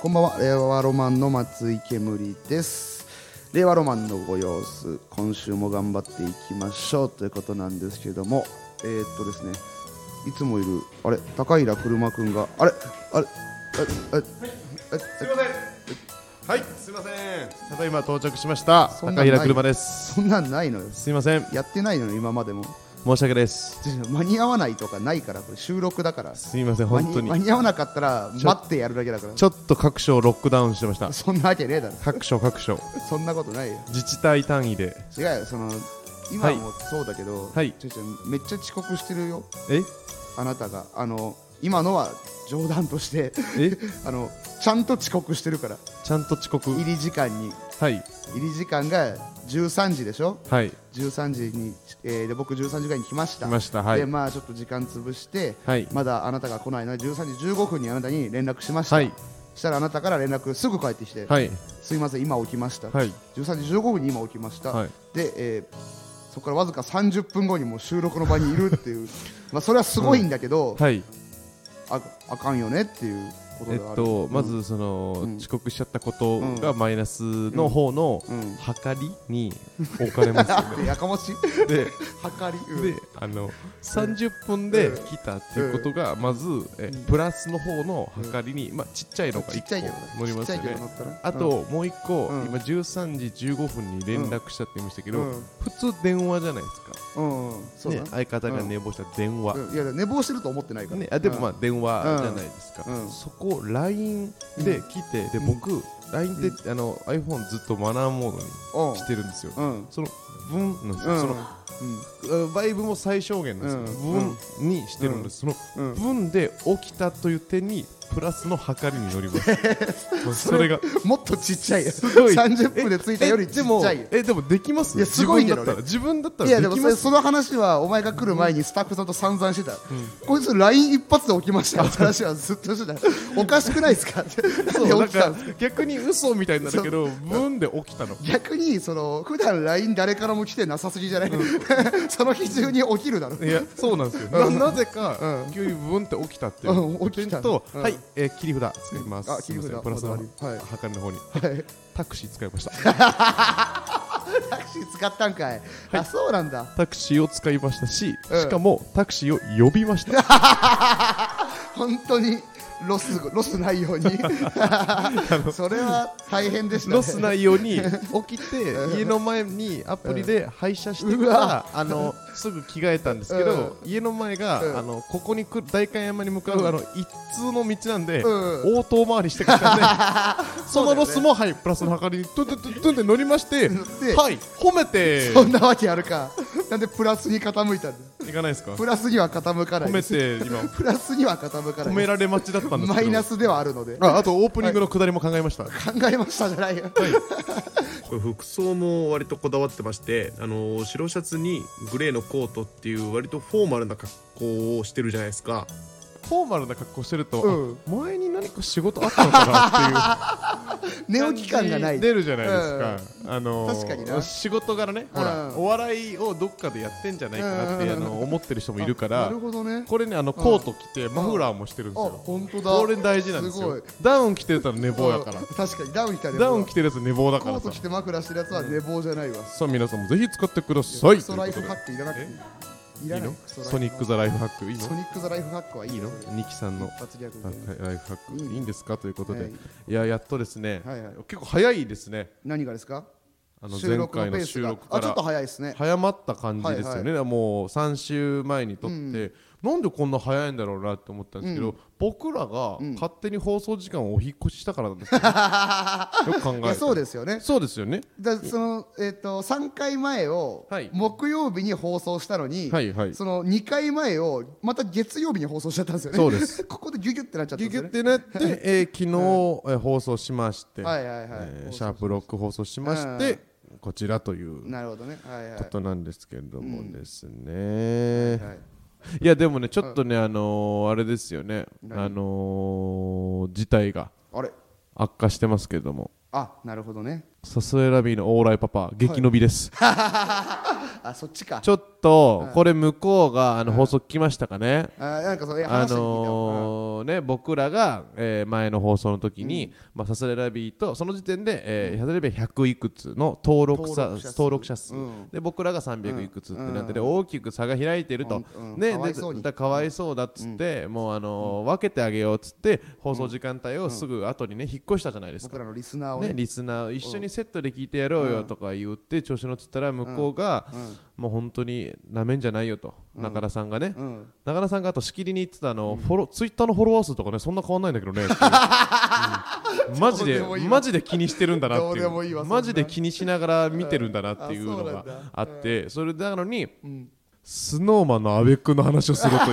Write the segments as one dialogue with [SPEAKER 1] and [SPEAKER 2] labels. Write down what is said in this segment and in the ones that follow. [SPEAKER 1] こんばんは令和ロマンの松井けむりです令和ロマンのご様子今週も頑張っていきましょうということなんですけどもえー、っとですねいつもいるあれ高平車くんがあれあれあれあれ
[SPEAKER 2] すみません。はい、すみません。ただいま到着しました。
[SPEAKER 1] そんな
[SPEAKER 2] 高
[SPEAKER 1] んない
[SPEAKER 2] 平車です。
[SPEAKER 1] そんなんないのよ
[SPEAKER 2] すみません。
[SPEAKER 1] やってないのよ今までも
[SPEAKER 2] 申し訳ないです。
[SPEAKER 1] 間に合わないとかないからこれ収録だから
[SPEAKER 2] すみません、
[SPEAKER 1] 間
[SPEAKER 2] 本当
[SPEAKER 1] 間
[SPEAKER 2] に。
[SPEAKER 1] に合わなかったら待ってやるだけだから
[SPEAKER 2] ちょっと各所をロックダウンしてました。
[SPEAKER 1] そんなわけねえだろ
[SPEAKER 2] 各所各所。
[SPEAKER 1] そんなことないよ
[SPEAKER 2] 自治体単位で。
[SPEAKER 1] 違うよその今もそうだけど、
[SPEAKER 2] はい
[SPEAKER 1] ちょいちょいめっちゃ遅刻してるよ
[SPEAKER 2] え
[SPEAKER 1] あなたがあの今のは冗談として
[SPEAKER 2] え
[SPEAKER 1] あのちゃんと遅刻してるから
[SPEAKER 2] ちゃんと遅刻。
[SPEAKER 1] 入り時間に
[SPEAKER 2] はい。
[SPEAKER 1] 入り時間が13時でしょ
[SPEAKER 2] はい。
[SPEAKER 1] 13時に、えーで僕13時ぐらいに来ました
[SPEAKER 2] 来ましたはい
[SPEAKER 1] でまあちょっと時間潰して、
[SPEAKER 2] はい
[SPEAKER 1] まだあなたが来ないな13時15分にあなたに連絡しました、
[SPEAKER 2] はい。
[SPEAKER 1] したらあなたから連絡すぐ返ってきて、
[SPEAKER 2] はい。
[SPEAKER 1] すいません今起きました、
[SPEAKER 2] はい。
[SPEAKER 1] 13時15分に今起きました、
[SPEAKER 2] はい
[SPEAKER 1] で、えーそこからわずか30分後にもう収録の場にいるっていう まあそれはすごいんだけど、
[SPEAKER 2] はい。
[SPEAKER 1] ああかんよねっていうこと
[SPEAKER 2] え
[SPEAKER 1] で
[SPEAKER 2] っ
[SPEAKER 1] はある
[SPEAKER 2] と、ま、
[SPEAKER 1] うん
[SPEAKER 2] ずその
[SPEAKER 1] ん
[SPEAKER 2] 遅刻しちゃったことがマイナスの方の
[SPEAKER 1] うん
[SPEAKER 2] 計りに置かれますよ
[SPEAKER 1] でやかましい
[SPEAKER 2] ね。で
[SPEAKER 1] はかり、うん
[SPEAKER 2] であの30分で来たっていうことがまずえプラスの方の計りにまあちっちゃいのが
[SPEAKER 1] ちっちゃいけ
[SPEAKER 2] 1
[SPEAKER 1] ど
[SPEAKER 2] 個乗り
[SPEAKER 1] ちっ
[SPEAKER 2] ま
[SPEAKER 1] ち
[SPEAKER 2] す
[SPEAKER 1] ゃ
[SPEAKER 2] よ
[SPEAKER 1] いけど
[SPEAKER 2] ね
[SPEAKER 1] 乗ったら
[SPEAKER 2] あ
[SPEAKER 1] うん
[SPEAKER 2] ともう1個
[SPEAKER 1] うん
[SPEAKER 2] 今13時15分に連絡したって言いましたけど
[SPEAKER 1] うん
[SPEAKER 2] 普通電話じゃないですか
[SPEAKER 1] うん、うんそうだ
[SPEAKER 2] ね
[SPEAKER 1] な、
[SPEAKER 2] 相方が寝坊した電話
[SPEAKER 1] うんいや寝坊してると思ってないから、
[SPEAKER 2] ねあでもま
[SPEAKER 1] あ
[SPEAKER 2] あ電話じゃないですか
[SPEAKER 1] うん
[SPEAKER 2] そこ LINE で来てで僕 LINE ってあの iPhone ずっとマナーモードに
[SPEAKER 1] うん
[SPEAKER 2] してるんですよ
[SPEAKER 1] うん
[SPEAKER 2] そのブンなんです
[SPEAKER 1] う
[SPEAKER 2] よ
[SPEAKER 1] ん
[SPEAKER 2] そのうんバイブも最小限なんですよ、
[SPEAKER 1] うん
[SPEAKER 2] 分にしてるんです、そ
[SPEAKER 1] うん
[SPEAKER 2] の分で起きたという点にプラスの計りに乗り ますもうそれが
[SPEAKER 1] もっとちっちゃいよ
[SPEAKER 2] すごい
[SPEAKER 1] 30分で着いたよりちっちゃいよ
[SPEAKER 2] えでもえでもできます
[SPEAKER 1] いやすごいけどね
[SPEAKER 2] 自分だったら自分だった
[SPEAKER 1] いやで
[SPEAKER 2] らで
[SPEAKER 1] も
[SPEAKER 2] き
[SPEAKER 1] それ
[SPEAKER 2] ます
[SPEAKER 1] その話はお前が来る前にスタッフさんと散々してた、こいつ LINE 一発で起きましたよって話はずっとしてたおかしくないですかって
[SPEAKER 2] そう
[SPEAKER 1] なん
[SPEAKER 2] な
[SPEAKER 1] で
[SPEAKER 2] ん
[SPEAKER 1] 起きた
[SPEAKER 2] か
[SPEAKER 1] んですか
[SPEAKER 2] 逆に嘘みたいになるけど分で起きたの
[SPEAKER 1] 逆にその普段 LINE 誰からも来てなさすぎじゃない、 その日中に起きるだろ
[SPEAKER 2] いやそうなんですよななぜか急にブンって起きたっていう
[SPEAKER 1] うん起きた
[SPEAKER 2] 点と、
[SPEAKER 1] うん
[SPEAKER 2] はい、えー、切り札使います、
[SPEAKER 1] あ切り札
[SPEAKER 2] すいませんプラスの
[SPEAKER 1] こだわりは
[SPEAKER 2] 計りの方に、
[SPEAKER 1] い
[SPEAKER 2] タクシー使いました
[SPEAKER 1] タクシー使ったんかい、あそうなんだ
[SPEAKER 2] タクシーを使いましたし、
[SPEAKER 1] うん
[SPEAKER 2] しかもタクシーを呼び ました。あ
[SPEAKER 1] 本当にロスロスないように
[SPEAKER 2] の
[SPEAKER 1] それは大変でしたね
[SPEAKER 2] ロスないよ うに起きて、家の前にアプリで配車して
[SPEAKER 1] う
[SPEAKER 2] から
[SPEAKER 1] わ、
[SPEAKER 2] あの、すぐ着替えたんですけど、家の前
[SPEAKER 1] うん
[SPEAKER 2] が、あの、ここに来る、代官山に向かう、あの、一通の道なんで、
[SPEAKER 1] う
[SPEAKER 2] 応答回りしてき たんで、そ
[SPEAKER 1] だよね
[SPEAKER 2] のロスも、はい、プラスの計りに、トゥントゥントゥントゥンって乗りまして、
[SPEAKER 1] 乗って
[SPEAKER 2] はい、褒めて、
[SPEAKER 1] そんなわけあるかなんでプラスに傾いたんだよ
[SPEAKER 2] いかな いですか
[SPEAKER 1] プラスには傾かない
[SPEAKER 2] 褒
[SPEAKER 1] で
[SPEAKER 2] め
[SPEAKER 1] す
[SPEAKER 2] て、今、
[SPEAKER 1] プラスには傾か
[SPEAKER 2] 褒
[SPEAKER 1] な
[SPEAKER 2] め
[SPEAKER 1] い
[SPEAKER 2] られ待ちだったんですけど。
[SPEAKER 1] マイナスではあるので考
[SPEAKER 2] あ、あとオープニングの下りも考えました。
[SPEAKER 1] えましたじゃないよ
[SPEAKER 3] これ服装も割とこだわってましてあの白シャツにグレーのコートっていう割とフォーマルな格好をしてるじゃないですか
[SPEAKER 2] フォーマルな格好してると、
[SPEAKER 1] うん
[SPEAKER 2] あ前に何か仕事あったのか
[SPEAKER 1] 寝
[SPEAKER 2] なって
[SPEAKER 1] 起
[SPEAKER 2] いう
[SPEAKER 1] き感がない
[SPEAKER 2] 出るじゃないですか、あのー
[SPEAKER 1] 確かにな
[SPEAKER 2] 仕事柄ね、ほら
[SPEAKER 1] うん
[SPEAKER 2] お笑いをどっかでやってんじゃないかなって、
[SPEAKER 1] うん
[SPEAKER 2] あの思ってる人もいるから
[SPEAKER 1] なるほどね
[SPEAKER 2] これねあのコート着てマフラーもしてるんです
[SPEAKER 1] あ
[SPEAKER 2] よ、
[SPEAKER 1] 本当だ
[SPEAKER 2] これ大事なんですよ
[SPEAKER 1] すごい
[SPEAKER 2] ダウン着てたら寝坊やから、
[SPEAKER 1] 確かにダウン着たね
[SPEAKER 2] ダウン着てるやつ寝坊だ
[SPEAKER 1] コ
[SPEAKER 2] か
[SPEAKER 1] ー
[SPEAKER 2] ら
[SPEAKER 1] ト
[SPEAKER 2] さ
[SPEAKER 1] 着て枕してるやつは寝坊じゃないわ
[SPEAKER 2] さあ皆さんもぜひ使ってください
[SPEAKER 1] クソライフ
[SPEAKER 2] という
[SPEAKER 1] ハ
[SPEAKER 2] こ
[SPEAKER 1] ックいらなくていいい
[SPEAKER 2] と
[SPEAKER 1] ら
[SPEAKER 2] でいい
[SPEAKER 1] ない
[SPEAKER 2] のソニック・ザ・ライフハックいいの
[SPEAKER 1] ソニックザライフハックはいい
[SPEAKER 2] いいの
[SPEAKER 1] それ
[SPEAKER 2] ニキさんの
[SPEAKER 1] 一発ギャ
[SPEAKER 2] ラ
[SPEAKER 1] グ
[SPEAKER 2] イ
[SPEAKER 1] で
[SPEAKER 2] フライフハック
[SPEAKER 1] うん
[SPEAKER 2] いいんですかということで、
[SPEAKER 1] はい
[SPEAKER 2] い、ややっとですね、
[SPEAKER 1] はいはい
[SPEAKER 2] 結構早いですね
[SPEAKER 1] 何がですか
[SPEAKER 2] あの
[SPEAKER 1] 収
[SPEAKER 2] 前
[SPEAKER 1] 録
[SPEAKER 2] 回
[SPEAKER 1] のペ
[SPEAKER 2] の
[SPEAKER 1] ース
[SPEAKER 2] 収
[SPEAKER 1] が
[SPEAKER 2] 録か
[SPEAKER 1] あちょっと
[SPEAKER 2] ら
[SPEAKER 1] 早いですね
[SPEAKER 2] 早まった感じですよね、もう3週前に撮って、なんでこんな早いんだろうなって思ったんですけど、僕らが勝手に放送時間をお引っ越ししたからなんで すよ、ねよく考え
[SPEAKER 1] いやそうですすよね
[SPEAKER 2] そうですよね
[SPEAKER 1] だそのえっ、と3回前を
[SPEAKER 2] はい
[SPEAKER 1] 木曜日に放送したのに、
[SPEAKER 2] はいはい
[SPEAKER 1] その2回前をまた月曜日に放送しちゃったんですよね
[SPEAKER 2] そうで す
[SPEAKER 1] ここでギュギュってなっちゃった
[SPEAKER 2] ギ
[SPEAKER 1] ん
[SPEAKER 2] ュ
[SPEAKER 1] です
[SPEAKER 2] ギ
[SPEAKER 1] よ
[SPEAKER 2] ュ
[SPEAKER 1] ね
[SPEAKER 2] ってなって、えー昨日、えー放送しまして、
[SPEAKER 1] はいはいはい
[SPEAKER 2] えーシャープロック放送しまして、こちらという
[SPEAKER 1] なるほどねはいはい
[SPEAKER 2] ことなんですけれどもですね、
[SPEAKER 1] はい
[SPEAKER 2] いやでもねちょっとね、あのーあれですよねあのー事態が
[SPEAKER 1] あれ
[SPEAKER 2] 悪化してますけども
[SPEAKER 1] あなるほどね
[SPEAKER 2] サスエラビーのオーライパパ激伸びです、
[SPEAKER 1] あそっちか
[SPEAKER 2] ちょっとこれ向こうがあの放送聞きましたかね、
[SPEAKER 1] あなんかそれ
[SPEAKER 2] あ
[SPEAKER 1] 話して聞いたよ
[SPEAKER 2] のーね、僕らが、えー前の放送の時に、まあ、サスレラビーとその時点で、えーサスレラビー100いくつの登録
[SPEAKER 1] 登
[SPEAKER 2] 者
[SPEAKER 1] 録者数
[SPEAKER 2] 登録者数、
[SPEAKER 1] うん
[SPEAKER 2] で僕らが300いくつってなってて、
[SPEAKER 1] う
[SPEAKER 2] 大きく差が開いてると、
[SPEAKER 1] うんうん
[SPEAKER 2] ね
[SPEAKER 1] かわいそうに
[SPEAKER 2] でだかわいそうだっつって、もう、あのー分けてあげようっつって放送時間帯をすぐ後にね引っ越したじゃないですか
[SPEAKER 1] 僕。らのリスナーをね
[SPEAKER 2] ね、リスナー一緒にセットで聞いてやろうよとか言って調子乗ってたら向こうが、もう本当になめんじゃないよと、中田さんがね、
[SPEAKER 1] ん
[SPEAKER 2] 中田さんがあとしきりに言ってたあの、フォロツイッターのフォロワー数とかねそんな変わんないんだ けどね、うんマジで
[SPEAKER 1] どうでもいいわ
[SPEAKER 2] マジで気にしてるんだなってい
[SPEAKER 1] どう
[SPEAKER 2] う
[SPEAKER 1] でもいいわそんな
[SPEAKER 2] マジで気にしながら見てるんだなっていうのがあって、それなのに、スノーマンの阿部君の話をするとい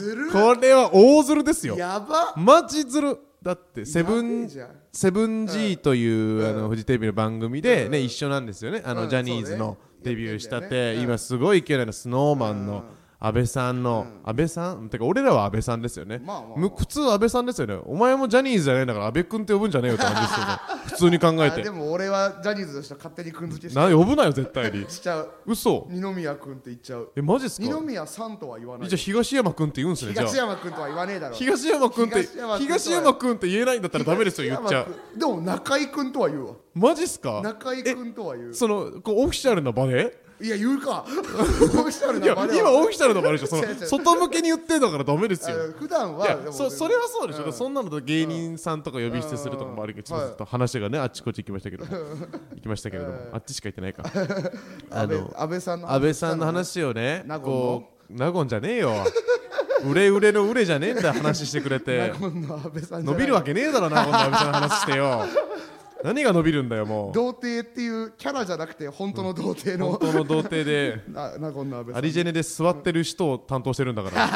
[SPEAKER 1] ずる
[SPEAKER 2] これは大ズルですよ
[SPEAKER 1] やば
[SPEAKER 2] マジずるだってセブ
[SPEAKER 1] やべえ
[SPEAKER 2] ン
[SPEAKER 1] じゃん
[SPEAKER 2] セブン G という、あのフジテレビの番組で、ね一緒なんですよねあの、
[SPEAKER 1] うん
[SPEAKER 2] ジャニーズ
[SPEAKER 1] そう
[SPEAKER 2] の
[SPEAKER 1] ね
[SPEAKER 2] デビューしたて
[SPEAKER 1] やってんだよねうん
[SPEAKER 2] 今すごい勢いのスノーマンの安倍さんの、安倍さんてか俺らは安倍さんですよね、
[SPEAKER 1] まあまあまあ
[SPEAKER 2] む普通安倍さんですよねお前もジャニーズじゃないんだから安倍君って呼ぶんじゃねえよって感じですよね普通に 考
[SPEAKER 1] あ
[SPEAKER 2] え
[SPEAKER 1] で
[SPEAKER 2] て
[SPEAKER 1] も俺はジャニーズとしては勝手にくんづけし
[SPEAKER 2] な呼ぶなよ絶対に
[SPEAKER 1] しちゃう
[SPEAKER 2] 嘘
[SPEAKER 1] 二宮君って言っちゃう
[SPEAKER 2] えマジっすか
[SPEAKER 1] 二宮さんとは言わない
[SPEAKER 2] じゃあ東山君って言うんすねじゃあ
[SPEAKER 1] 東山君とは言わねえだろ
[SPEAKER 2] 東山君って
[SPEAKER 1] 東山君とは
[SPEAKER 2] 東山君って言えないんだったらダメですよ言っちゃ
[SPEAKER 1] 東
[SPEAKER 2] う
[SPEAKER 1] 山君でも中居君とは言うわ
[SPEAKER 2] マジっすか
[SPEAKER 1] 中居君とは言う
[SPEAKER 2] そのこうオフィシャルな場で
[SPEAKER 1] いや言うかオフィシャル
[SPEAKER 2] いや
[SPEAKER 1] な場では
[SPEAKER 2] 今オフィシャルの場でしょそ の
[SPEAKER 1] 違う違う
[SPEAKER 2] 外向けに言ってんだからダメです
[SPEAKER 1] あ
[SPEAKER 2] よ
[SPEAKER 1] の普段
[SPEAKER 2] い
[SPEAKER 1] はで
[SPEAKER 2] や
[SPEAKER 1] も
[SPEAKER 2] そそれはそうでしょ、
[SPEAKER 1] うん
[SPEAKER 2] そんなのと芸人さんとか呼び捨てするとかもあるけど、ちょっとちょっと話がねあっちこっち行きましたけども行きましたけれども、あっちしか行ってないかあ
[SPEAKER 1] 安倍
[SPEAKER 2] の
[SPEAKER 1] 安倍さんの話
[SPEAKER 2] 安倍さんの話をね
[SPEAKER 1] 納言の
[SPEAKER 2] こう納言じゃねえよ売れ売れの売れじゃねえんだ話してくれて
[SPEAKER 1] 納言の安倍さんじゃない
[SPEAKER 2] 伸びるわけねえだろ納言の安倍さんの話して よ何が伸びるんだよもう
[SPEAKER 1] 童貞っていうキャラじゃなくて本当の童貞
[SPEAKER 2] 本
[SPEAKER 1] の
[SPEAKER 2] 当の童 貞で
[SPEAKER 1] な納言の安倍
[SPEAKER 2] ア
[SPEAKER 1] さ
[SPEAKER 2] リジェネで座ってる人を担当してるんだ から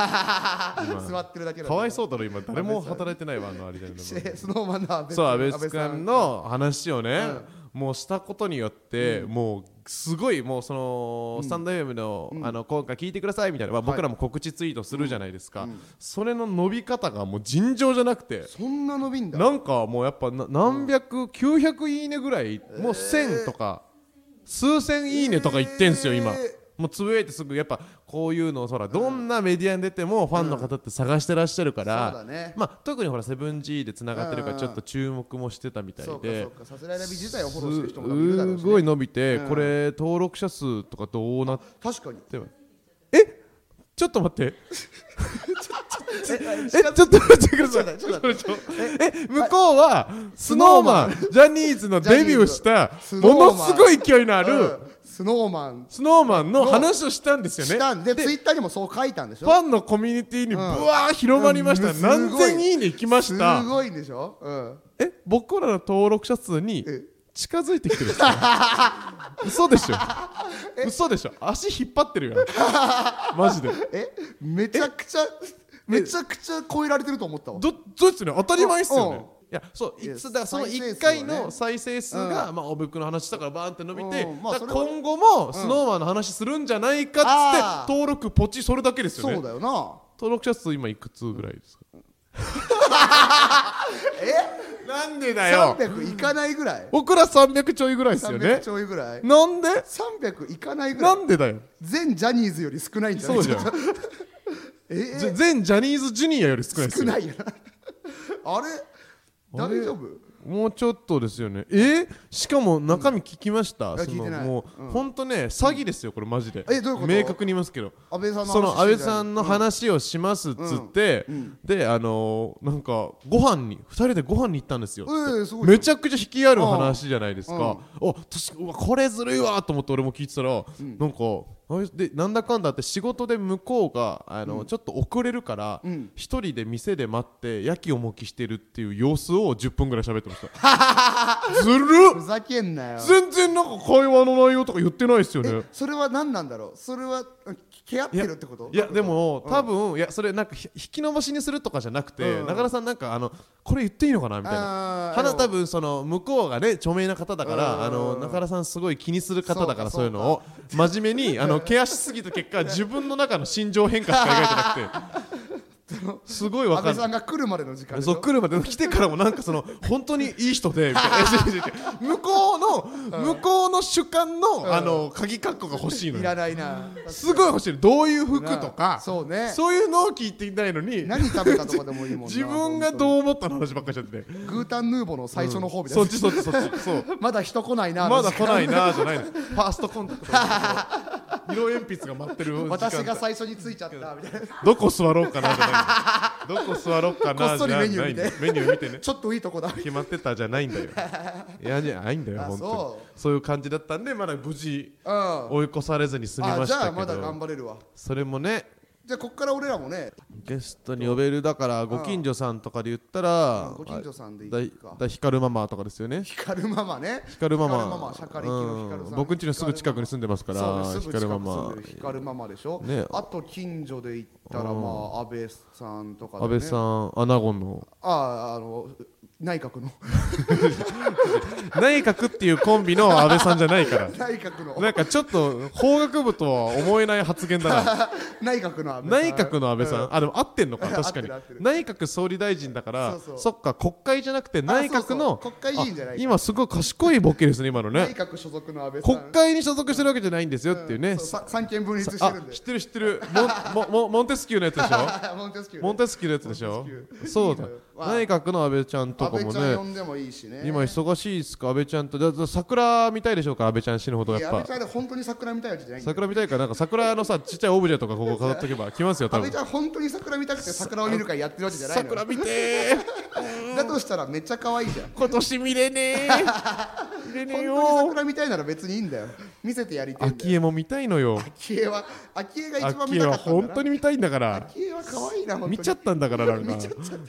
[SPEAKER 1] ん座ってるだけだ
[SPEAKER 2] かわい
[SPEAKER 1] ね
[SPEAKER 2] そうだろ今誰も働いてないわあのあれじゃない
[SPEAKER 1] しスノーマンの安倍
[SPEAKER 2] そう安倍
[SPEAKER 1] 安倍
[SPEAKER 2] さ
[SPEAKER 1] さ
[SPEAKER 2] ん
[SPEAKER 1] ん
[SPEAKER 2] の話をね、もうしたことによって、もうすごいもうその、スタンド FM の,、あの今回聞いてくださいみたいな、まあ僕らも告知ツイートするじゃないですか、それの伸び方がもう尋常じゃなくて
[SPEAKER 1] そんな伸びんだ
[SPEAKER 2] なんかもうやっぱな何百、900いいねぐらいもう1000とか、数千いいねとか言ってんすよ今、
[SPEAKER 1] え
[SPEAKER 2] もうつぶえてすぐやっぱこういうのをほらどんなメディアに出てもファンの方って探してらっしゃるから、
[SPEAKER 1] そうだね
[SPEAKER 2] まあ、特にほらセブン G でつながってるからちょっと注目もしてたみたい
[SPEAKER 1] そうか
[SPEAKER 2] で
[SPEAKER 1] そう。かさすらいラビ自体をフォローしてる人も多分いるだろう
[SPEAKER 2] す
[SPEAKER 1] し
[SPEAKER 2] ごい
[SPEAKER 1] ね
[SPEAKER 2] 伸びて、
[SPEAKER 1] ん
[SPEAKER 2] これ登録者数とかどうなっ
[SPEAKER 1] 確かに
[SPEAKER 2] てえちょっと待って
[SPEAKER 1] え
[SPEAKER 2] えちょっと待ってください
[SPEAKER 1] ちょっと待って
[SPEAKER 2] え向こうはスノーマンジャニーズのデビューした
[SPEAKER 1] ジャニーズ
[SPEAKER 2] ものすごい勢いのあ
[SPEAKER 1] うん
[SPEAKER 2] る
[SPEAKER 1] スノーマン
[SPEAKER 2] スノーマンの話をしたんですよね
[SPEAKER 1] したんでツイッターにもそう書いたんでし
[SPEAKER 2] フ
[SPEAKER 1] ょ
[SPEAKER 2] ァンのコミュニティにぶわー広まりました、
[SPEAKER 1] うん
[SPEAKER 2] 何千いいねいきました
[SPEAKER 1] すごいんでしょうん
[SPEAKER 2] え僕らの登録者数に
[SPEAKER 1] え
[SPEAKER 2] 近づいてきてるんですか 嘘でしょ嘘でしょ足引っ張ってるよマジで
[SPEAKER 1] えめちゃくちゃめちゃくちゃ超えられてると思ったわ
[SPEAKER 2] どどうですよね当たり前っすよね
[SPEAKER 1] うん
[SPEAKER 2] いやそうい
[SPEAKER 1] いや
[SPEAKER 2] つだからその
[SPEAKER 1] 再生数
[SPEAKER 2] 1
[SPEAKER 1] は
[SPEAKER 2] 回
[SPEAKER 1] ね
[SPEAKER 2] の再生数が、まあ、おぶくの話だからバーンって伸びて、
[SPEAKER 1] うんまあ
[SPEAKER 2] だから
[SPEAKER 1] それはね
[SPEAKER 2] 今後もスノーマンの話するんじゃないかっつ
[SPEAKER 1] あ
[SPEAKER 2] っ
[SPEAKER 1] ー
[SPEAKER 2] て、登録ポチそれだけですよね
[SPEAKER 1] そうだよな
[SPEAKER 2] 登録者数今いくつぐらいですかえなんでだよ
[SPEAKER 1] 300いかないぐらい
[SPEAKER 2] 僕ら300ちょいぐらいですよ
[SPEAKER 1] 300
[SPEAKER 2] ね
[SPEAKER 1] ちょいぐらい
[SPEAKER 2] なんで
[SPEAKER 1] 300いかないぐら
[SPEAKER 2] ないんでだよ
[SPEAKER 1] 全ジャニーズより少ないんじゃな
[SPEAKER 2] そ
[SPEAKER 1] いう
[SPEAKER 2] じゃん
[SPEAKER 1] えー
[SPEAKER 2] ぜ全ジャニーズジュニアより少ないです
[SPEAKER 1] 少
[SPEAKER 2] よ
[SPEAKER 1] ないよ なあれ大丈夫
[SPEAKER 2] もうちょっとですよねえーしかも中身聞きました、
[SPEAKER 1] んいや
[SPEAKER 2] そ
[SPEAKER 1] 聞い
[SPEAKER 2] の
[SPEAKER 1] てない
[SPEAKER 2] もう、ほんとね詐欺ですよこれマジで
[SPEAKER 1] えどういうこと
[SPEAKER 2] 明確に言いますけど
[SPEAKER 1] 安倍さんの話
[SPEAKER 2] その安倍さ
[SPEAKER 1] して
[SPEAKER 2] んの話をしますっつって、であのーなんかご飯に2人でご飯に行ったんですよっつって、
[SPEAKER 1] ええすごい
[SPEAKER 2] めちゃくちゃ引きある話じゃないですか、あ確かうわこれずるいわと思って俺も聞いてたら、なんかあれでなんだかんだって仕事で向こうがあの、ちょっと遅れるから一、人で店で待ってやきおもきしてるっていう様子を10分ぐらい喋ってました ずる
[SPEAKER 1] ふ
[SPEAKER 2] っ
[SPEAKER 1] ざけんなよ
[SPEAKER 2] 全然なんか会話の内容とか言ってないですよね
[SPEAKER 1] えそれは何なんだろうそれはケ合ってるってこと
[SPEAKER 2] いやでも多分いやそれなんかひ引き延ばしにするとかじゃなくて中田さんなんかあのこれ言っていいのかなみたいな
[SPEAKER 1] あー
[SPEAKER 2] 花
[SPEAKER 1] でも
[SPEAKER 2] 多分その向こうがね著名な方だからあの中田さんすごい気にする方だから
[SPEAKER 1] そ
[SPEAKER 2] そうういう
[SPEAKER 1] か
[SPEAKER 2] のを真面目にあのケアしすぎた結果自分の中の心情変化しか描いてなくて
[SPEAKER 1] の
[SPEAKER 2] すごい
[SPEAKER 1] 安
[SPEAKER 2] わか
[SPEAKER 1] 倍
[SPEAKER 2] る
[SPEAKER 1] さんが来るまでの時間でしょ
[SPEAKER 2] そう来るまで来てからもなんかその本当にいい人でみたいな違う違う違う向こうの向こうの主観
[SPEAKER 1] ん
[SPEAKER 2] のあの鍵括弧が欲しいの
[SPEAKER 1] い
[SPEAKER 2] よ
[SPEAKER 1] らないな
[SPEAKER 2] すごい欲しいのどういう服と
[SPEAKER 1] なあ
[SPEAKER 2] か
[SPEAKER 1] そうね
[SPEAKER 2] そういうのを聞いていないのに
[SPEAKER 1] 何食べたとかでもいいもんな
[SPEAKER 2] 自分がどう思ったの話ばっかりしちゃってて
[SPEAKER 1] グータンヌーボの最初の方みたい
[SPEAKER 2] そ
[SPEAKER 1] な、
[SPEAKER 2] っちそっち そっちそう
[SPEAKER 1] まだ人来ないな
[SPEAKER 2] まだ来ないなじ ゃないのファーストコンタクト色鉛筆が待ってる時間
[SPEAKER 1] 私が最初に着いちゃったみたいな
[SPEAKER 2] どこ座ろうかなじゃない のどこ座ろうか
[SPEAKER 1] こ
[SPEAKER 2] な
[SPEAKER 1] っそり
[SPEAKER 2] じゃない
[SPEAKER 1] メニュー見て
[SPEAKER 2] のメニュー見てね
[SPEAKER 1] ちょっといいとこだ
[SPEAKER 2] 決まってたじゃないんだ よいやじゃないんだよ
[SPEAKER 1] あ
[SPEAKER 2] 本当に
[SPEAKER 1] そ
[SPEAKER 2] そういう感じだったんでまだ無事
[SPEAKER 1] うんあ
[SPEAKER 2] 追い越されずに済みまし
[SPEAKER 1] じゃ
[SPEAKER 2] た
[SPEAKER 1] あま
[SPEAKER 2] け
[SPEAKER 1] だ頑
[SPEAKER 2] ど
[SPEAKER 1] 張れるわ
[SPEAKER 2] それもね
[SPEAKER 1] じゃあこっから俺らもね
[SPEAKER 2] ゲストに呼べるだからご近所さんとかで言ったら
[SPEAKER 1] ご近所さんでい
[SPEAKER 2] だい
[SPEAKER 1] くか
[SPEAKER 2] だ光るママとかですよね
[SPEAKER 1] 光るママね
[SPEAKER 2] 光るマ
[SPEAKER 1] 光るマ
[SPEAKER 2] マ
[SPEAKER 1] マシャカリキの光
[SPEAKER 2] う
[SPEAKER 1] さん
[SPEAKER 2] ん僕ん家のすぐ近くに住んでますから
[SPEAKER 1] そうねすぐ
[SPEAKER 2] 光
[SPEAKER 1] 近
[SPEAKER 2] るマ
[SPEAKER 1] く住
[SPEAKER 2] マ
[SPEAKER 1] んでる光るママでしょ、
[SPEAKER 2] ね
[SPEAKER 1] あと近所で行ったらまあ安倍さんとか
[SPEAKER 2] 安倍さ
[SPEAKER 1] ん
[SPEAKER 2] んアナゴ ンの
[SPEAKER 1] あああの内閣の
[SPEAKER 2] 内閣っていうコンビの安倍さんじゃないから
[SPEAKER 1] 内閣の
[SPEAKER 2] なんかちょっと法学部とは思えない発言だな
[SPEAKER 1] 内閣の安倍さ
[SPEAKER 2] 内
[SPEAKER 1] ん
[SPEAKER 2] 閣の安倍さん、あでも合って んのか確
[SPEAKER 1] 合
[SPEAKER 2] かに
[SPEAKER 1] ってる合ってる
[SPEAKER 2] 内閣総理大臣だから
[SPEAKER 1] そ
[SPEAKER 2] そう
[SPEAKER 1] そう
[SPEAKER 2] っか国会じゃなくて内閣の
[SPEAKER 1] あそうそう国会議員じゃない
[SPEAKER 2] あ今すごい賢いボケですね今の
[SPEAKER 1] 内
[SPEAKER 2] ね
[SPEAKER 1] 閣所属の安倍さん
[SPEAKER 2] 国会に所属してるわけじゃないんですよっていうね、
[SPEAKER 1] そうさ三権分立して
[SPEAKER 2] あ
[SPEAKER 1] るんで
[SPEAKER 2] 知ってる知ってるモンモモモンテスキューのやつでしょ
[SPEAKER 1] モンテスキューね
[SPEAKER 2] モンテスキューのやつでしょ
[SPEAKER 1] モンテスキュー
[SPEAKER 2] そうだ
[SPEAKER 1] いいのよまあ
[SPEAKER 2] 内閣の安倍ちゃんと
[SPEAKER 1] 安
[SPEAKER 2] か
[SPEAKER 1] 倍
[SPEAKER 2] も
[SPEAKER 1] ちゃん
[SPEAKER 2] ね
[SPEAKER 1] 呼んでもいいしね
[SPEAKER 2] 今忙しいですか安倍ちゃんとだだ桜見たいでしょうか安倍ちゃん死ぬほど
[SPEAKER 1] いや
[SPEAKER 2] や
[SPEAKER 1] 安
[SPEAKER 2] っ
[SPEAKER 1] 倍
[SPEAKER 2] ぱ
[SPEAKER 1] ちゃんで本当に桜見たいわけじゃないんだよ
[SPEAKER 2] 桜見たいからなんか桜のさちっちゃいオブジェとか ここ飾っとけば来ますよ多
[SPEAKER 1] 安
[SPEAKER 2] 分
[SPEAKER 1] 倍ちゃん本当に桜見たくて桜を見る会やってるわけじゃないの
[SPEAKER 2] 桜
[SPEAKER 1] よ
[SPEAKER 2] 見てー
[SPEAKER 1] だとしたらめっちゃ可愛いじゃん
[SPEAKER 2] 今年見れね え見れねえ
[SPEAKER 1] 本当に
[SPEAKER 2] よ
[SPEAKER 1] 桜見たいなら別にいいんだよ見せてやりてえんだ
[SPEAKER 2] 秋
[SPEAKER 1] よ
[SPEAKER 2] 江も見たいのよ
[SPEAKER 1] 秋江は秋江が一番
[SPEAKER 2] 秋
[SPEAKER 1] 見
[SPEAKER 2] 江
[SPEAKER 1] たか
[SPEAKER 2] は
[SPEAKER 1] ったん
[SPEAKER 2] 本
[SPEAKER 1] だな
[SPEAKER 2] 当に見たいんだから
[SPEAKER 1] 秋江は可愛いな本当に
[SPEAKER 2] 見ちゃったんだからな んか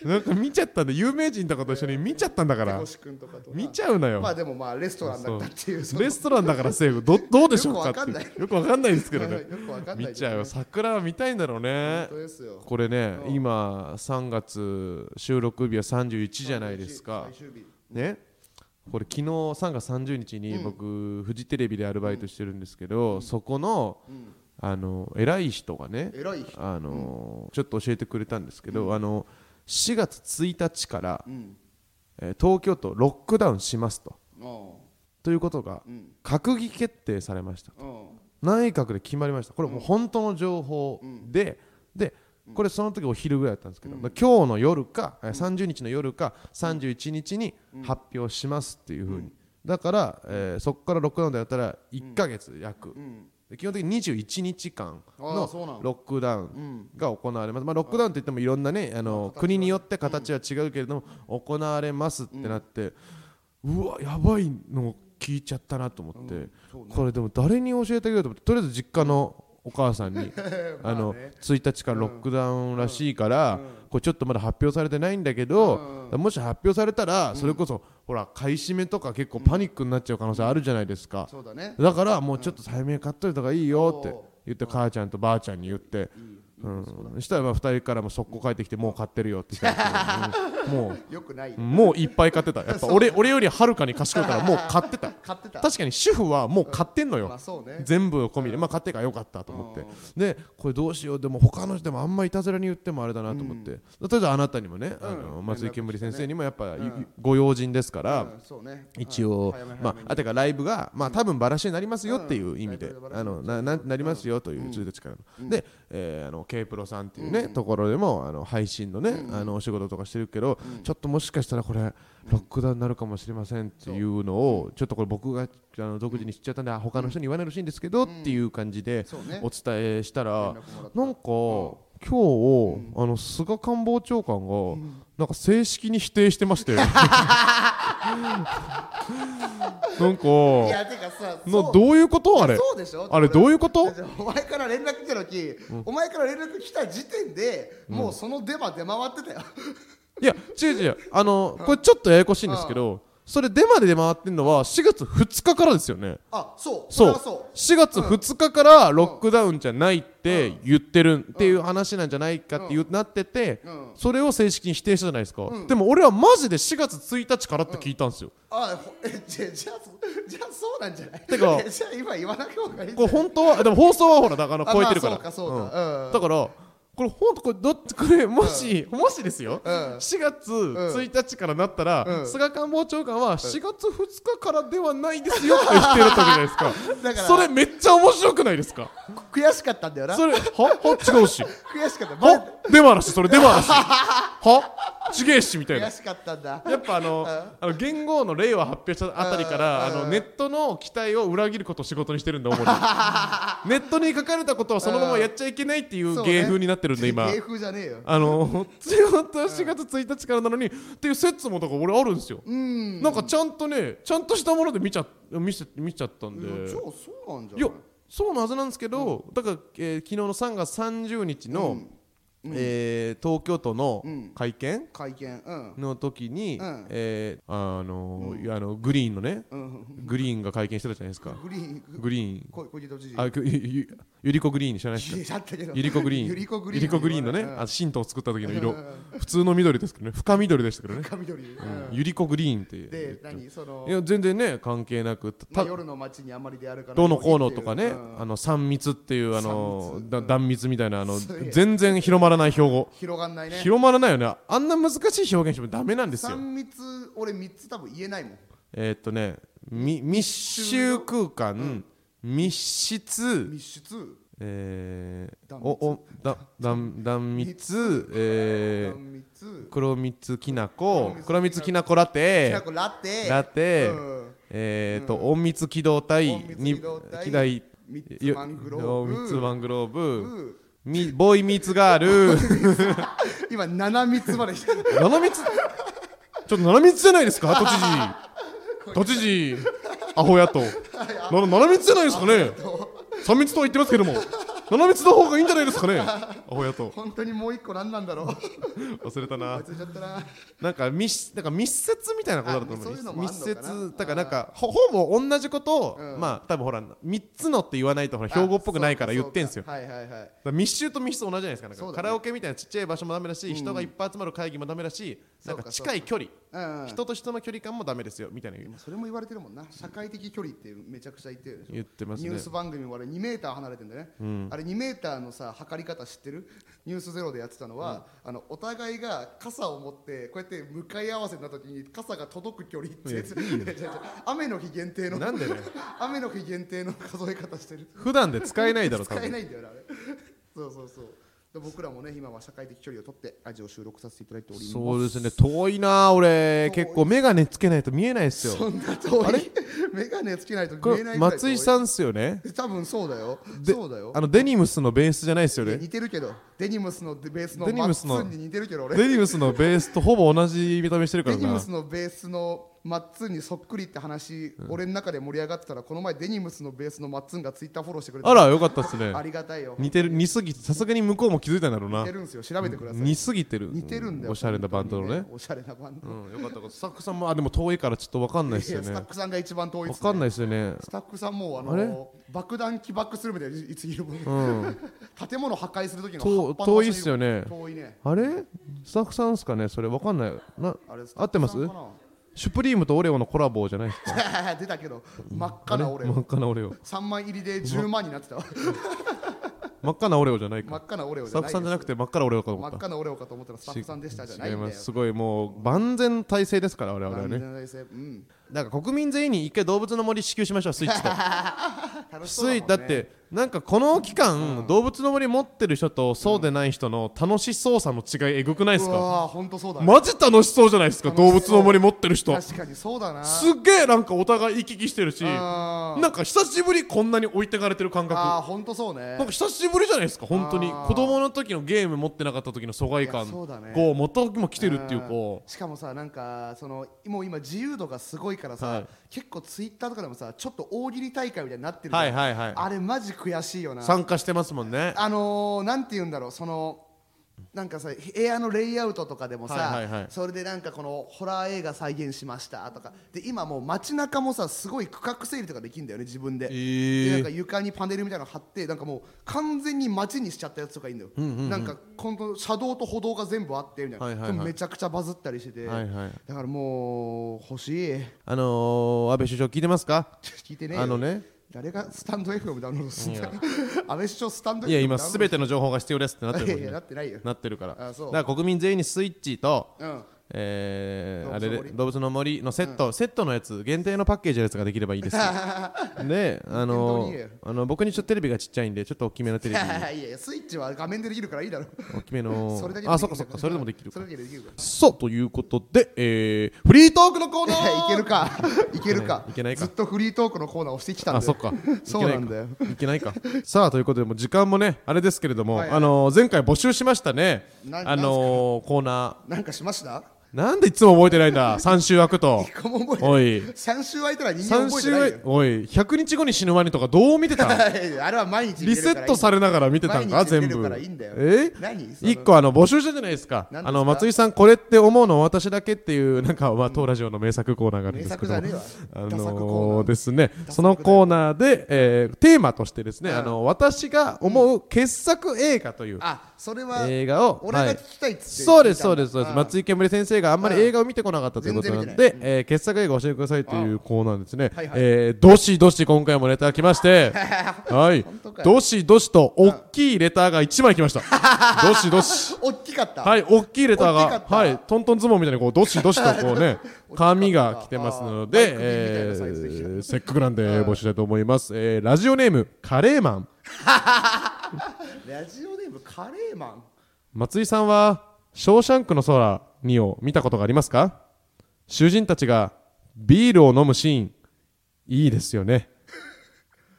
[SPEAKER 2] なんか見ちゃったんで有名人とかと一緒に見ちゃったんだから
[SPEAKER 1] 星君とかとな
[SPEAKER 2] 見ちゃうなよ
[SPEAKER 1] まあでもまあレストランだったっていうその
[SPEAKER 2] レストランだからセーフどどうでしょうか
[SPEAKER 1] よくわかんない
[SPEAKER 2] ってよくわかんないですけど
[SPEAKER 1] は
[SPEAKER 2] ね
[SPEAKER 1] いよく わかんない
[SPEAKER 2] 見ちゃうよ桜は見たいんだろうね
[SPEAKER 1] 本当ですよ
[SPEAKER 2] これね
[SPEAKER 1] うん
[SPEAKER 2] 今3月収録日は31じゃないですか
[SPEAKER 1] 最終日
[SPEAKER 2] ねこれ昨日3月30日に僕、フジテレビでアルバイトしてるんですけど、そこの,、あの偉い人がね
[SPEAKER 1] 偉い人
[SPEAKER 2] あの、ちょっと教えてくれたんですけど、あの4月1日から、
[SPEAKER 1] ん
[SPEAKER 2] えー東京都ロックダウンしますと
[SPEAKER 1] うん
[SPEAKER 2] ということが、
[SPEAKER 1] ん
[SPEAKER 2] 閣議決定されました
[SPEAKER 1] うん
[SPEAKER 2] 内閣で決まりましたこれもう本当の情報で、でこれその時お昼ぐらいだったんですけど、まあ今日の夜か、えー30日の夜か31日に発表しますっていうふうに、だから、えーそこからロックダウンだったら1ヶ月約、で基本的に21日間
[SPEAKER 1] あーそうな
[SPEAKER 2] の
[SPEAKER 1] の
[SPEAKER 2] ロックダウンが行われます、まあ、ロックダウンといってもいろんなねあの国によって形は違うけれども行われますってなって、うわやばいの聞いちゃったなと思って、これでも誰に教えてあげようと思ってとりあえず実家のお母さん にあの1日からロックダウンらしいから、これちょっとまだ発表されてないんだけど、もし発表されたらそれこそ、ほら買い占めとか結構パニックになっちゃう可能性あるじゃないですか、
[SPEAKER 1] そうだね
[SPEAKER 2] だからもうちょっと早めに買っといた方がいいよって言って母ちゃんとばあちゃんに言って、うん、そしたらまあ2人からも速攻帰ってきてもう買ってるよって言ってもう
[SPEAKER 1] よくない
[SPEAKER 2] もういっぱい買ってたやっぱ俺俺よりはるかに賢いからもう 買ってた
[SPEAKER 1] 買ってた
[SPEAKER 2] 確かに主婦はもう買ってんのよ、
[SPEAKER 1] まあそうね
[SPEAKER 2] 全部込みで、まあ、買ってからよかったと思って、でこれどうしようでも他の人でもあんまいたずらに言ってもあれだなと思って、例えばあなたにもね、あの松井煙先生にもやっぱ、ご用心ですから、
[SPEAKER 1] うんそうね
[SPEAKER 2] 一
[SPEAKER 1] は
[SPEAKER 2] 応、
[SPEAKER 1] い早め早め
[SPEAKER 2] まあ、あてかライブが、まあ、多分バラシになりますよっていう意味で、あのなななりますよという1日からの、で、えーあの K プロさんっていうね、ところでもあの配信のね、あのお仕事とかしてるけど、ちょっともしかしたらこれロックダウンになるかもしれませんっていうのをちょっとこれ僕があの独自に知っちゃったんであ他の人に言わないらしいんですけど、っていう感じで
[SPEAKER 1] そうね
[SPEAKER 2] お伝えした
[SPEAKER 1] 連
[SPEAKER 2] ら、
[SPEAKER 1] 絡もらった
[SPEAKER 2] なんか、今日、あの菅官房長官が、なんか正式に否定してまし たよ。なんか
[SPEAKER 1] いやてかさそ
[SPEAKER 2] の
[SPEAKER 1] う
[SPEAKER 2] どういうことあれ
[SPEAKER 1] そうでしょ
[SPEAKER 2] あれどういうこと
[SPEAKER 1] じゃあお前から連絡来た時、お前から連絡来た時点でもうそのデマ出回ってたよ、
[SPEAKER 2] いや違う違うあのこれちょっとややこしいんですけどそれデマで出回ってんのは4月2日からですよね
[SPEAKER 1] あそうそ
[SPEAKER 2] そ
[SPEAKER 1] れ
[SPEAKER 2] う
[SPEAKER 1] はそう
[SPEAKER 2] 4月2日からロックダウンじゃないって言ってるっていう話なんじゃないかっていうなってて
[SPEAKER 1] うん
[SPEAKER 2] それを正式に否定したじゃないですかでも俺はマジで4月1日からって聞いたんですよ
[SPEAKER 1] あほえじゃじゃあそじゃあそうなんじゃない
[SPEAKER 2] てか
[SPEAKER 1] じゃあ今言わなきゃがいいんじゃな
[SPEAKER 2] これ
[SPEAKER 1] い
[SPEAKER 2] 本当はでも放送はほらだから
[SPEAKER 1] あ
[SPEAKER 2] 超えてるから
[SPEAKER 1] まあそうかそうかうん
[SPEAKER 2] だからこれ本当これどっちこれもし、もしですよ、
[SPEAKER 1] うん
[SPEAKER 2] 4月1日からなったら、
[SPEAKER 1] うん
[SPEAKER 2] 菅官房長官は4月2日からではないですよって言ってるわけじゃないですか
[SPEAKER 1] だから
[SPEAKER 2] それめっちゃ面白くないですか
[SPEAKER 1] 悔しかったんだよな
[SPEAKER 2] それはは違うし
[SPEAKER 1] 悔しかったバレ
[SPEAKER 2] はでもあらしそれでも あらしはちげえしみたいな
[SPEAKER 1] 悔しかったんだ
[SPEAKER 2] やっぱあのあの元号の令和発表したあたりからあ
[SPEAKER 1] うん
[SPEAKER 2] のネットの期待を裏切ることを仕事にしてるんだ主 にネットに書かれたことをそのままやっちゃいけないっていう芸風になってるんで今
[SPEAKER 1] 芸風じゃねえよ
[SPEAKER 2] あの仕事は4月1日からなのにっていう説もだから俺あるんですよ
[SPEAKER 1] うん
[SPEAKER 2] なんかちゃんとねちゃんとしたもので見ちゃ見せ見ちゃったんで
[SPEAKER 1] いやじゃあそうなんじゃ
[SPEAKER 2] い
[SPEAKER 1] な
[SPEAKER 2] や
[SPEAKER 1] い
[SPEAKER 2] そうのはずなんですけど、だから、えー昨日の3月30日の、えー東京都の
[SPEAKER 1] うん
[SPEAKER 2] 会見
[SPEAKER 1] 会見うん
[SPEAKER 2] の時に、
[SPEAKER 1] うん
[SPEAKER 2] えーあのーいやあのグリーンのね、
[SPEAKER 1] うん
[SPEAKER 2] グリーンが会見してたじゃないですか
[SPEAKER 1] グリーン
[SPEAKER 2] グリーン
[SPEAKER 1] こ小池都知事
[SPEAKER 2] あゆゆゆりこグリーン知らないですか
[SPEAKER 1] だったけど
[SPEAKER 2] ゆりこグリーン
[SPEAKER 1] ゆりこグリーン
[SPEAKER 2] ゆりこグリーンのね、
[SPEAKER 1] うん
[SPEAKER 2] あ神道を作った時の
[SPEAKER 1] う
[SPEAKER 2] 色
[SPEAKER 1] ん
[SPEAKER 2] 普通の緑ですけどね深緑でしたけどね、
[SPEAKER 1] 深緑うん
[SPEAKER 2] ゆりこグリーンって
[SPEAKER 1] で何その
[SPEAKER 2] いや全然ね関係なくた
[SPEAKER 1] まあ夜の街にあまり出歩かない
[SPEAKER 2] どうのこうのとかね、
[SPEAKER 1] うん
[SPEAKER 2] あの3密っていうあ
[SPEAKER 1] 三
[SPEAKER 2] の
[SPEAKER 1] 密
[SPEAKER 2] だ断密みたいなあの
[SPEAKER 1] すげえ
[SPEAKER 2] 全然広まらない標語、
[SPEAKER 1] 広がんないね
[SPEAKER 2] 広まらないよねあんな難しい表現してもダメなんですよ
[SPEAKER 1] 三密俺三つ多分言えないもん
[SPEAKER 2] えーっとねみ密集空間、密室
[SPEAKER 1] 密室
[SPEAKER 2] えー、
[SPEAKER 1] 断密
[SPEAKER 2] おおだ断断密えー
[SPEAKER 1] 三密
[SPEAKER 2] 黒蜜きなこ黒蜜きなこラテ
[SPEAKER 1] きなこラテ
[SPEAKER 2] ラテ、
[SPEAKER 1] うん
[SPEAKER 2] えーっと、隠密機動隊
[SPEAKER 1] 隠密機動隊
[SPEAKER 2] に機代
[SPEAKER 1] 三つマングローブ
[SPEAKER 2] 三つマングローブ
[SPEAKER 1] うん
[SPEAKER 2] みボーイミーツガール
[SPEAKER 1] 今七密まで 来た
[SPEAKER 2] 七密ちょっと七密じゃないですか 都知事都知事アホやとな七密じゃないですかね三密とは言ってますけども七密の方がいいんじゃないですかねアホやと
[SPEAKER 1] 本当にもう一個何なんだろう
[SPEAKER 2] 忘れたな
[SPEAKER 1] 忘れちゃったな
[SPEAKER 2] なんか密なんか密接みたいなことだと思
[SPEAKER 1] あそうういうのもあん
[SPEAKER 2] 密
[SPEAKER 1] のかな
[SPEAKER 2] 接だからなんかほほぼ同じことを、
[SPEAKER 1] うん
[SPEAKER 2] まあ多分ほら3つのって言わないとほら標語っぽくないから言ってんすよ
[SPEAKER 1] あそうかそうかはいはいはい
[SPEAKER 2] だから密集と密室同じじゃないですかなんか
[SPEAKER 1] そうだね
[SPEAKER 2] カラオケみたいなちっちゃい場所もダメだし、人がいっぱい集まる会議もダメだしなんか
[SPEAKER 1] そう
[SPEAKER 2] 近い距離、
[SPEAKER 1] うん
[SPEAKER 2] 人と人の距離感もダメですよみたいな言う
[SPEAKER 1] 今それも言われてるもんな社会的距離ってめちゃくちゃ言ってるでしょ
[SPEAKER 2] 言ってますね
[SPEAKER 1] ニュース番組もあれ2メーター離れてんだよね、あれ2メーターのさ測り方知ってるニュースゼロでやってたのは、あのお互いが傘を持ってこうやって向かい合わせた時に傘が届く距離ってやつ 違う違う雨の日限定の
[SPEAKER 2] なんでね
[SPEAKER 1] 雨の日限定の数え方してる
[SPEAKER 2] 普段で使えないだろ多
[SPEAKER 1] 使えな
[SPEAKER 2] 分
[SPEAKER 1] いんだよなあれそうそうそうで僕らもね今は社会的距離を取ってラジオを収録させていただいております
[SPEAKER 2] そうですね遠いな俺
[SPEAKER 1] 遠い
[SPEAKER 2] 結構眼鏡つけないと見えないです
[SPEAKER 1] そ
[SPEAKER 2] よ
[SPEAKER 1] んな遠い眼鏡つけないと
[SPEAKER 2] こ
[SPEAKER 1] 見え
[SPEAKER 2] れ
[SPEAKER 1] ないぐらい遠い
[SPEAKER 2] 松井さんっすよね
[SPEAKER 1] 多分そうだよ
[SPEAKER 2] で
[SPEAKER 1] そうだよ
[SPEAKER 2] あのデニムスのベースじゃないですよ
[SPEAKER 1] いや
[SPEAKER 2] ね
[SPEAKER 1] 似てるけどデニムスのベースの
[SPEAKER 2] デニ
[SPEAKER 1] マッ
[SPEAKER 2] ムス
[SPEAKER 1] ツ
[SPEAKER 2] の
[SPEAKER 1] ンに似てるけど俺
[SPEAKER 2] デニムスのベースとほぼ同じ見た目してるから
[SPEAKER 1] デ
[SPEAKER 2] な
[SPEAKER 1] ニムスのベースのマッツンにそっくりって話、俺の中で盛り上がってたらこの前デニムスのベースのマッツンがツイッターフォローしてくれて
[SPEAKER 2] あらよかったっすね
[SPEAKER 1] ありがたいよ
[SPEAKER 2] 似てる似すぎてさすがに向こうも気づいたんだろう
[SPEAKER 1] 似
[SPEAKER 2] な
[SPEAKER 1] てるんですよ調べてください
[SPEAKER 2] 似すぎてる
[SPEAKER 1] 似てるんだよ
[SPEAKER 2] おしゃれなバンドのね
[SPEAKER 1] 本当におしゃれなバンド、
[SPEAKER 2] うんよかったよかったスタッフさんもあでも遠いからちょっとわかんないです
[SPEAKER 1] いや
[SPEAKER 2] よ
[SPEAKER 1] スタッ
[SPEAKER 2] ね
[SPEAKER 1] フさんが一番遠いっ
[SPEAKER 2] わ
[SPEAKER 1] すね
[SPEAKER 2] かんないですよね
[SPEAKER 1] スタッフさんもうあ
[SPEAKER 2] あ
[SPEAKER 1] の爆弾起爆するみたいないついるもん、
[SPEAKER 2] うん
[SPEAKER 1] 建物破壊する時の
[SPEAKER 2] 遠
[SPEAKER 1] 葉っぱの場所に
[SPEAKER 2] 遠いっすよね
[SPEAKER 1] 遠いね
[SPEAKER 2] あれスタッフさんですかねそれわかんないな
[SPEAKER 1] あれスタッフさん
[SPEAKER 2] 合ってます
[SPEAKER 1] かな
[SPEAKER 2] シュプリームとオレオのコラボじゃないですか
[SPEAKER 1] 出たけど真っ赤な俺
[SPEAKER 2] 真っ赤なオレオ
[SPEAKER 1] 3枚入りで10万になってたわ
[SPEAKER 2] 真っ赤なオレオじゃない
[SPEAKER 1] 真
[SPEAKER 2] か
[SPEAKER 1] っ赤なオレオ
[SPEAKER 2] ス
[SPEAKER 1] じ
[SPEAKER 2] タ
[SPEAKER 1] ゃ
[SPEAKER 2] ッ
[SPEAKER 1] ない
[SPEAKER 2] フさんじゃなくて真っ赤なオレオか
[SPEAKER 1] 真
[SPEAKER 2] と思
[SPEAKER 1] っ
[SPEAKER 2] った
[SPEAKER 1] 赤なオレオかと思ったらスタッフさんでしたじゃない
[SPEAKER 2] 違い
[SPEAKER 1] んだ
[SPEAKER 2] ま
[SPEAKER 1] よ
[SPEAKER 2] すすごいもう万全体制ですから我々はね
[SPEAKER 1] 万全体制うん
[SPEAKER 2] なんか国民全員に一回動物の森支給 しましょうスイッチと
[SPEAKER 1] 楽しそう
[SPEAKER 2] スイ
[SPEAKER 1] もんね
[SPEAKER 2] だってなんかこの期間、動物の森持ってる人とそうでない人の楽しそうさの違いえぐくないです
[SPEAKER 1] う
[SPEAKER 2] か
[SPEAKER 1] わーほんとそうだね
[SPEAKER 2] マジ楽しそうじゃないですか
[SPEAKER 1] 楽しそ
[SPEAKER 2] 動
[SPEAKER 1] う
[SPEAKER 2] 物の森持ってる人す
[SPEAKER 1] 確かにそうだな
[SPEAKER 2] っげえなんかお互い行き来してるしな
[SPEAKER 1] あー
[SPEAKER 2] んか久しぶりこんなに置いてかれてる
[SPEAKER 1] あ
[SPEAKER 2] 感
[SPEAKER 1] ー
[SPEAKER 2] 覚
[SPEAKER 1] ほんとそうね
[SPEAKER 2] なんか久しぶりじゃないですか本当に
[SPEAKER 1] あー
[SPEAKER 2] 子供の時のゲーム持ってなかった時の疎外感
[SPEAKER 1] いやそうだね
[SPEAKER 2] こうまた今来てるっていうか
[SPEAKER 1] うんしかもさなんかそのもう今自由度がすごいからさ、
[SPEAKER 2] はい
[SPEAKER 1] 結構ツイッターとかでもさちょっと大喜利大会みたいになってるじゃん
[SPEAKER 2] はいはいは
[SPEAKER 1] あれマジ悔しいよない
[SPEAKER 2] 参加してますもんね
[SPEAKER 1] あのー、なんて言うんだろうそのなんかさ部屋のレイアウトとかでもさ、
[SPEAKER 2] はいはいはい
[SPEAKER 1] それでなんかこのホラー映画再現しましたとかで今もう街中もさすごい区画整理とかできるんだよね自分で,、
[SPEAKER 2] ー
[SPEAKER 1] でなんか床にパネルみたいなの貼ってなんかもう完全に街にしちゃったやつとかいいんだよ、なんかこの車道と歩道が全部あってみたいな、
[SPEAKER 2] はいはいはい
[SPEAKER 1] でもめちゃくちゃバズったりしてて、
[SPEAKER 2] はいはい
[SPEAKER 1] だからもう欲しい
[SPEAKER 2] あのー、安倍首相聞いてますか
[SPEAKER 1] 聞いてねえよ
[SPEAKER 2] あのね
[SPEAKER 1] 誰がスタンド FM ダウンロードすんだ
[SPEAKER 2] いや
[SPEAKER 1] 安倍首相スタンド FM
[SPEAKER 2] いや今すべ
[SPEAKER 1] て
[SPEAKER 2] ての情報が必要ですってなってるもん
[SPEAKER 1] いやいや
[SPEAKER 2] ね
[SPEAKER 1] なってないよ
[SPEAKER 2] なってるから
[SPEAKER 1] あ
[SPEAKER 2] だ
[SPEAKER 1] そう
[SPEAKER 2] から国民全員にスイッチと
[SPEAKER 1] うん
[SPEAKER 2] えー、あれ
[SPEAKER 1] 動物の森
[SPEAKER 2] で動物の森のセット、セットのやつ限定のパッケージのやつができればいい です
[SPEAKER 1] 本当
[SPEAKER 2] であの
[SPEAKER 1] にいいよ
[SPEAKER 2] あの僕にちょっとテレビがちっちゃいんでちょっと大きめのテ
[SPEAKER 1] い
[SPEAKER 2] レビに
[SPEAKER 1] やいやスイッチは画面でできるからいいだろ
[SPEAKER 2] 大きめの
[SPEAKER 1] それだけで
[SPEAKER 2] あ
[SPEAKER 1] き
[SPEAKER 2] そっ
[SPEAKER 1] るんだ
[SPEAKER 2] かそっかそれでもできる
[SPEAKER 1] それだけでできるか
[SPEAKER 2] そうということで、えー、フリートークのコーナ
[SPEAKER 1] らい
[SPEAKER 2] ー
[SPEAKER 1] けるかいけるか
[SPEAKER 2] いけないか
[SPEAKER 1] ずっとフリートークのコーナーをしてきたんで
[SPEAKER 2] あそ っか
[SPEAKER 1] そうなんだよ
[SPEAKER 2] いけないかいけ ないかさあということでもう時間もねあれですけれども、
[SPEAKER 1] はいはい
[SPEAKER 2] あの前回募集しましたね
[SPEAKER 1] な
[SPEAKER 2] あのコーナ
[SPEAKER 1] なんかしました
[SPEAKER 2] ーなんでいつも覚えてない んだ3週空くと
[SPEAKER 1] 一個も覚えて
[SPEAKER 2] お
[SPEAKER 1] ない
[SPEAKER 2] い
[SPEAKER 1] 3週空いたら人間
[SPEAKER 2] 3
[SPEAKER 1] 覚えてない
[SPEAKER 2] 週おい100日後に死ぬワニとかどう見てた
[SPEAKER 1] よあれは毎日見れ
[SPEAKER 2] リセ
[SPEAKER 1] るから
[SPEAKER 2] ッ
[SPEAKER 1] いい
[SPEAKER 2] トされながら見てたんか
[SPEAKER 1] 毎日
[SPEAKER 2] 全
[SPEAKER 1] 見れる
[SPEAKER 2] 部
[SPEAKER 1] からいいんだよ
[SPEAKER 2] え
[SPEAKER 1] 何その
[SPEAKER 2] 一個あの募集したじゃないですか
[SPEAKER 1] 何ですか
[SPEAKER 2] あの松井さんこれって思うの私だけっていうなんかまあ当ラジオの名作コーナーがあるん
[SPEAKER 1] 名
[SPEAKER 2] です
[SPEAKER 1] 作
[SPEAKER 2] け
[SPEAKER 1] じ
[SPEAKER 2] ど
[SPEAKER 1] ゃねえわ
[SPEAKER 2] あの
[SPEAKER 1] ダサくコーナ
[SPEAKER 2] ー
[SPEAKER 1] ー
[SPEAKER 2] ですねそのコーナーでえーテーマとしてですね
[SPEAKER 1] うん
[SPEAKER 2] あの私が思う傑作映画という
[SPEAKER 1] あそれは
[SPEAKER 2] 映画を
[SPEAKER 1] 俺
[SPEAKER 2] は
[SPEAKER 1] が
[SPEAKER 2] い
[SPEAKER 1] 聞きたいっつって
[SPEAKER 2] そうですそうですそうです
[SPEAKER 1] あ
[SPEAKER 2] 松井煙先生があんまり映画を見てこなかったということな
[SPEAKER 1] 全
[SPEAKER 2] ん
[SPEAKER 1] 然見
[SPEAKER 2] でえー傑作映画教えてくださいというコーナーですね
[SPEAKER 1] はいはい
[SPEAKER 2] えーどしどし今回もレター来まして はい
[SPEAKER 1] 本当かよ
[SPEAKER 2] どしどしと大きいレターが1枚来ましたどしど し
[SPEAKER 1] おっきかった
[SPEAKER 2] はい大きいレター
[SPEAKER 1] 大きか
[SPEAKER 2] が
[SPEAKER 1] った
[SPEAKER 2] はいトントン相撲みたいにこうどしどしとこ うね紙が来てますので
[SPEAKER 1] あー
[SPEAKER 2] え
[SPEAKER 1] バイクみたいなサイズでした
[SPEAKER 2] ーせっかくなんで募集したいと思いますえーラジオネームカレーマン
[SPEAKER 1] ラジオネームカレーマン
[SPEAKER 2] 松井さんは「ショーシャンクの空」にを見たことがありますか囚人たちがビールを飲むシーンいいですよね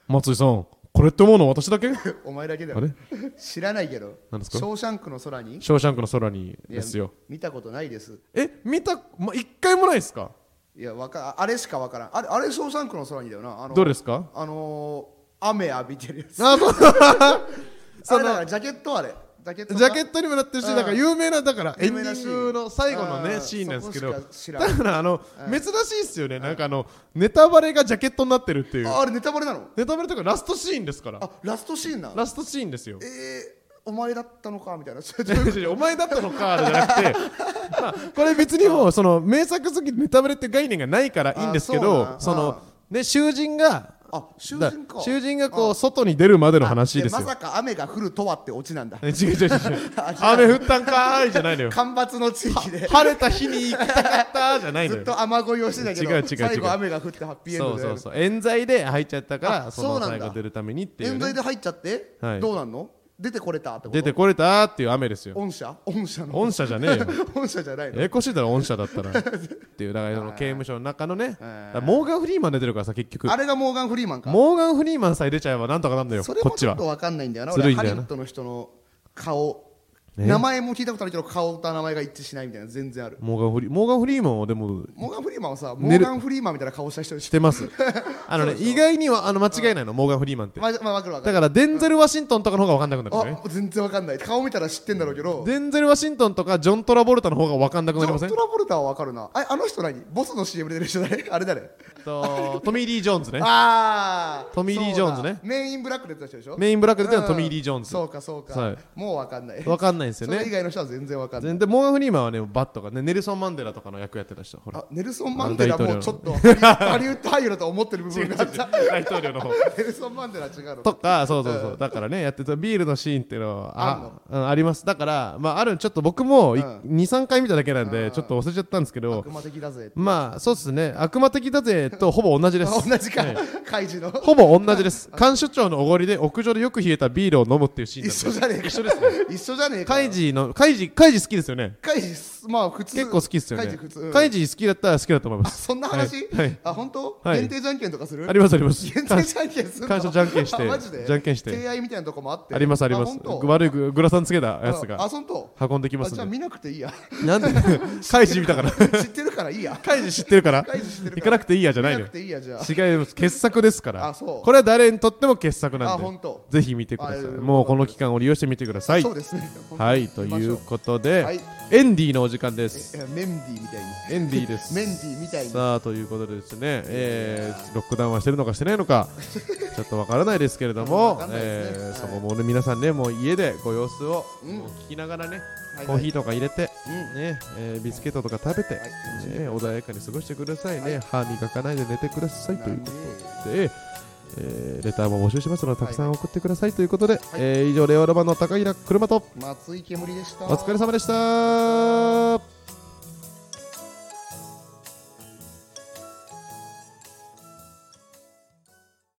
[SPEAKER 2] 松井さんこれって思うの私だけ シ
[SPEAKER 1] お前だけだ
[SPEAKER 2] あ
[SPEAKER 1] よ
[SPEAKER 2] れ
[SPEAKER 1] 知らないけど
[SPEAKER 2] 何ですか
[SPEAKER 1] ショーシャンクの空に
[SPEAKER 2] ョーシャンクの空に
[SPEAKER 1] い
[SPEAKER 2] で
[SPEAKER 1] や
[SPEAKER 2] すよ
[SPEAKER 1] 見たことないです
[SPEAKER 2] え見たま一回もないですか
[SPEAKER 1] いやわかあれしかわからんあれあれショーシャンクの空にだよなあの
[SPEAKER 2] どうですか
[SPEAKER 1] あのー、雨浴びてるやつ
[SPEAKER 2] あそう
[SPEAKER 1] あ
[SPEAKER 2] そ
[SPEAKER 1] れだ
[SPEAKER 2] の
[SPEAKER 1] からジャケットあれジャケット
[SPEAKER 2] ジャケ
[SPEAKER 1] ト
[SPEAKER 2] ットにもなってるし、
[SPEAKER 1] うん
[SPEAKER 2] なんか有名な、だからエ
[SPEAKER 1] 有
[SPEAKER 2] ンデ
[SPEAKER 1] 名なシーン
[SPEAKER 2] ィングの最後の
[SPEAKER 1] う
[SPEAKER 2] ね、
[SPEAKER 1] ん
[SPEAKER 2] シーンなんですけど、
[SPEAKER 1] そこしか知ら
[SPEAKER 2] だ
[SPEAKER 1] ん
[SPEAKER 2] から、あの、珍しいっすよね、なんかあの、ネタバレがジャケットになってるっていう。
[SPEAKER 1] ああれネタバレなの
[SPEAKER 2] ネタバレとかラストシーンですから
[SPEAKER 1] あラストシーンなの
[SPEAKER 2] ラストシーンですよ
[SPEAKER 1] えー、お前だったのかみたいな それ
[SPEAKER 2] お前だったのかじゃなくて、まあ、これ別にもうその名作すぎるネタバレって概念がないからいいんですけ
[SPEAKER 1] あそうな
[SPEAKER 2] ど
[SPEAKER 1] ん
[SPEAKER 2] そ
[SPEAKER 1] あ
[SPEAKER 2] のね囚人が
[SPEAKER 1] あ囚人か
[SPEAKER 2] だ囚人がこう外に出るまでの話ですよ、
[SPEAKER 1] あまさか雨が降るとはってオチなんだ
[SPEAKER 2] ね違う違う違 う雨降ったんかーいじゃないのよ
[SPEAKER 1] 干ばつの地域で
[SPEAKER 2] 晴れた日に行きたかったーじゃないの
[SPEAKER 1] ずっ
[SPEAKER 2] よ
[SPEAKER 1] と雨乞いをしてたけど
[SPEAKER 2] 違う違う違う
[SPEAKER 1] 最後雨が降ってハッピーエン
[SPEAKER 2] そ
[SPEAKER 1] ド
[SPEAKER 2] う
[SPEAKER 1] で
[SPEAKER 2] そうそう冤罪で入っちゃったから
[SPEAKER 1] あ
[SPEAKER 2] そ
[SPEAKER 1] そう
[SPEAKER 2] の
[SPEAKER 1] なんだ
[SPEAKER 2] 最後出るためにっていう、ね、
[SPEAKER 1] 冤罪で入っちゃって、
[SPEAKER 2] はい
[SPEAKER 1] どうなんの出てこれたってこと
[SPEAKER 2] 出てこれたーっていう雨ですよ
[SPEAKER 1] 御社御社の
[SPEAKER 2] 御社じゃねえよ
[SPEAKER 1] 御社じゃないの
[SPEAKER 2] ややこしいだろ御社だったらっていうだからその刑務所の中のねだ
[SPEAKER 1] ー
[SPEAKER 2] からモーガン・フリーマン出てるからさ結局
[SPEAKER 1] あれがモーガン・フリーマンか
[SPEAKER 2] モーガン・フリーマンさえ出ちゃえばなんとかなんだよ
[SPEAKER 1] それ
[SPEAKER 2] こ
[SPEAKER 1] も
[SPEAKER 2] っち
[SPEAKER 1] ちょっ
[SPEAKER 2] は
[SPEAKER 1] と分かんないんだよな
[SPEAKER 2] ずる
[SPEAKER 1] 俺
[SPEAKER 2] いんだ
[SPEAKER 1] ハ
[SPEAKER 2] よ
[SPEAKER 1] リ
[SPEAKER 2] な
[SPEAKER 1] ウッドの人の顔
[SPEAKER 2] ね
[SPEAKER 1] 名前も聞いたことあるけど顔と名前が一致しないみたいな全然ある
[SPEAKER 2] モーガン・フリーモーガン・フリーマンはでも
[SPEAKER 1] モーガン・フリーマンはさモ
[SPEAKER 2] 寝
[SPEAKER 1] ー
[SPEAKER 2] る
[SPEAKER 1] ガン・フリーマンみたいな顔した人で
[SPEAKER 2] し
[SPEAKER 1] して
[SPEAKER 2] ます あのね意外にはあの間違いないのモーガン・フリーマンって
[SPEAKER 1] ょまあまあ分かる分か
[SPEAKER 2] だ
[SPEAKER 1] る
[SPEAKER 2] からデンゼル・ワシントンとかの方が分かんなくなるね
[SPEAKER 1] あ全然分かんない顔見たら知ってんだろうけど
[SPEAKER 2] デンゼル・ワシントンとかジョン・トラボルタの方が分かんなく
[SPEAKER 1] ジ
[SPEAKER 2] なり
[SPEAKER 1] ョ
[SPEAKER 2] ま
[SPEAKER 1] ン・
[SPEAKER 2] せん
[SPEAKER 1] トラボルタは分かるなああの人何ボスの CM で出る人誰あれ誰
[SPEAKER 2] とトミー・リー・ジョーンズね
[SPEAKER 1] ああ
[SPEAKER 2] トミーリージョーンズね
[SPEAKER 1] メインインブラックで出た人でしょ
[SPEAKER 2] メインブラックで出たのは
[SPEAKER 1] うん
[SPEAKER 2] トミー・リー・ジョーンズ
[SPEAKER 1] そうかそうか、
[SPEAKER 2] はい
[SPEAKER 1] もう分かんない
[SPEAKER 2] 分かんないんですよ
[SPEAKER 1] それ以
[SPEAKER 2] ね
[SPEAKER 1] 外の人は全然分かんない
[SPEAKER 2] でモーガン・フリーマンはねバットがねネルソン・マンデラとかの役やってた人ほら
[SPEAKER 1] あネルソン・マンデラ
[SPEAKER 2] あの大
[SPEAKER 1] も
[SPEAKER 2] 統領の
[SPEAKER 1] ちょっとハリウッドハリウッド俳優だと思ってる部分があった
[SPEAKER 2] 大統領の方
[SPEAKER 1] ネルソン・マンデラ違うの
[SPEAKER 2] とかそうそうそうだからねやってたビールのシーンっていうのはあうんありますだからまああるちょっと僕も
[SPEAKER 1] うん
[SPEAKER 2] 23回見ただけなん
[SPEAKER 1] う
[SPEAKER 2] で
[SPEAKER 1] ん
[SPEAKER 2] ちょっと忘れちゃったんですけど
[SPEAKER 1] 悪魔的だぜ
[SPEAKER 2] まあそうですね悪魔的だぜとほぼ同じです
[SPEAKER 1] 同じか、
[SPEAKER 2] はい
[SPEAKER 1] 怪獣の
[SPEAKER 2] ほぼ同じです看守長のおごりで屋上でよく冷えたビールを飲むっていうシーンなん
[SPEAKER 1] 一緒じ
[SPEAKER 2] で
[SPEAKER 1] ゃねえか
[SPEAKER 2] 一緒ですね
[SPEAKER 1] 一緒じゃねえか
[SPEAKER 2] カイジのカイジカイジ好きですよね
[SPEAKER 1] 怪獣まあ普通
[SPEAKER 2] 結構好きですよ
[SPEAKER 1] カイジ
[SPEAKER 2] ね
[SPEAKER 1] 普通、うん
[SPEAKER 2] カイジ好きだったら好きだと思いま
[SPEAKER 1] あ
[SPEAKER 2] す
[SPEAKER 1] そんな話、
[SPEAKER 2] はいはい
[SPEAKER 1] あ本当、
[SPEAKER 2] はい
[SPEAKER 1] 限定じゃんけんとかする
[SPEAKER 2] ありますあります
[SPEAKER 1] 限定じゃんけんするの
[SPEAKER 2] 感謝じゃんけんし て
[SPEAKER 1] あマジで
[SPEAKER 2] じゃんけんして
[SPEAKER 1] 敬愛みたいなとこもあって
[SPEAKER 2] ありますあります悪いググラサンつけたやつ
[SPEAKER 1] あ
[SPEAKER 2] が
[SPEAKER 1] 本当
[SPEAKER 2] 運んでき
[SPEAKER 1] あ
[SPEAKER 2] ます
[SPEAKER 1] じゃあ
[SPEAKER 2] んで
[SPEAKER 1] 見なくていい や
[SPEAKER 2] なんでカイジ見たから
[SPEAKER 1] 知ってるからいいや
[SPEAKER 2] カイジ知ってるから
[SPEAKER 1] カイジ知ってるか
[SPEAKER 2] 行からなくていいやじゃ
[SPEAKER 1] 見
[SPEAKER 2] ない
[SPEAKER 1] な
[SPEAKER 2] の
[SPEAKER 1] く
[SPEAKER 2] よ
[SPEAKER 1] ていいやじゃあ
[SPEAKER 2] 違います傑作ですから
[SPEAKER 1] あそう
[SPEAKER 2] これは誰にとっても傑作な
[SPEAKER 1] あ
[SPEAKER 2] ん
[SPEAKER 1] 本
[SPEAKER 2] で
[SPEAKER 1] 当
[SPEAKER 2] ぜひ見てください
[SPEAKER 1] あ
[SPEAKER 2] もうこの期間を利用してみてください
[SPEAKER 1] そうですね
[SPEAKER 2] はいということで、
[SPEAKER 1] はい
[SPEAKER 2] エンディのお時間です
[SPEAKER 1] えメンディーみたいに
[SPEAKER 2] エンディです
[SPEAKER 1] メンディーみたいに
[SPEAKER 2] さあということでですね、えーロックダウンはしてるのかしてないの かちょっとわからないですけれど
[SPEAKER 1] わ
[SPEAKER 2] も、
[SPEAKER 1] かんないです
[SPEAKER 2] え
[SPEAKER 1] ね
[SPEAKER 2] ー
[SPEAKER 1] はい
[SPEAKER 2] そこもね皆さんねもう家でご様子を、
[SPEAKER 1] うん
[SPEAKER 2] もう聞きながらね、
[SPEAKER 1] はい
[SPEAKER 2] コーヒーとか入れて、
[SPEAKER 1] うん
[SPEAKER 2] ねえービスケットとか食べて、
[SPEAKER 1] はい
[SPEAKER 2] ね、穏やかに過ごしてくださいね、歯磨かないで寝てくださいということで、えーレターも募集しますのでたくさん送ってくださいということで、えー以上令和ロマンの高平車と
[SPEAKER 1] 松井煙でした
[SPEAKER 2] お疲れ様でした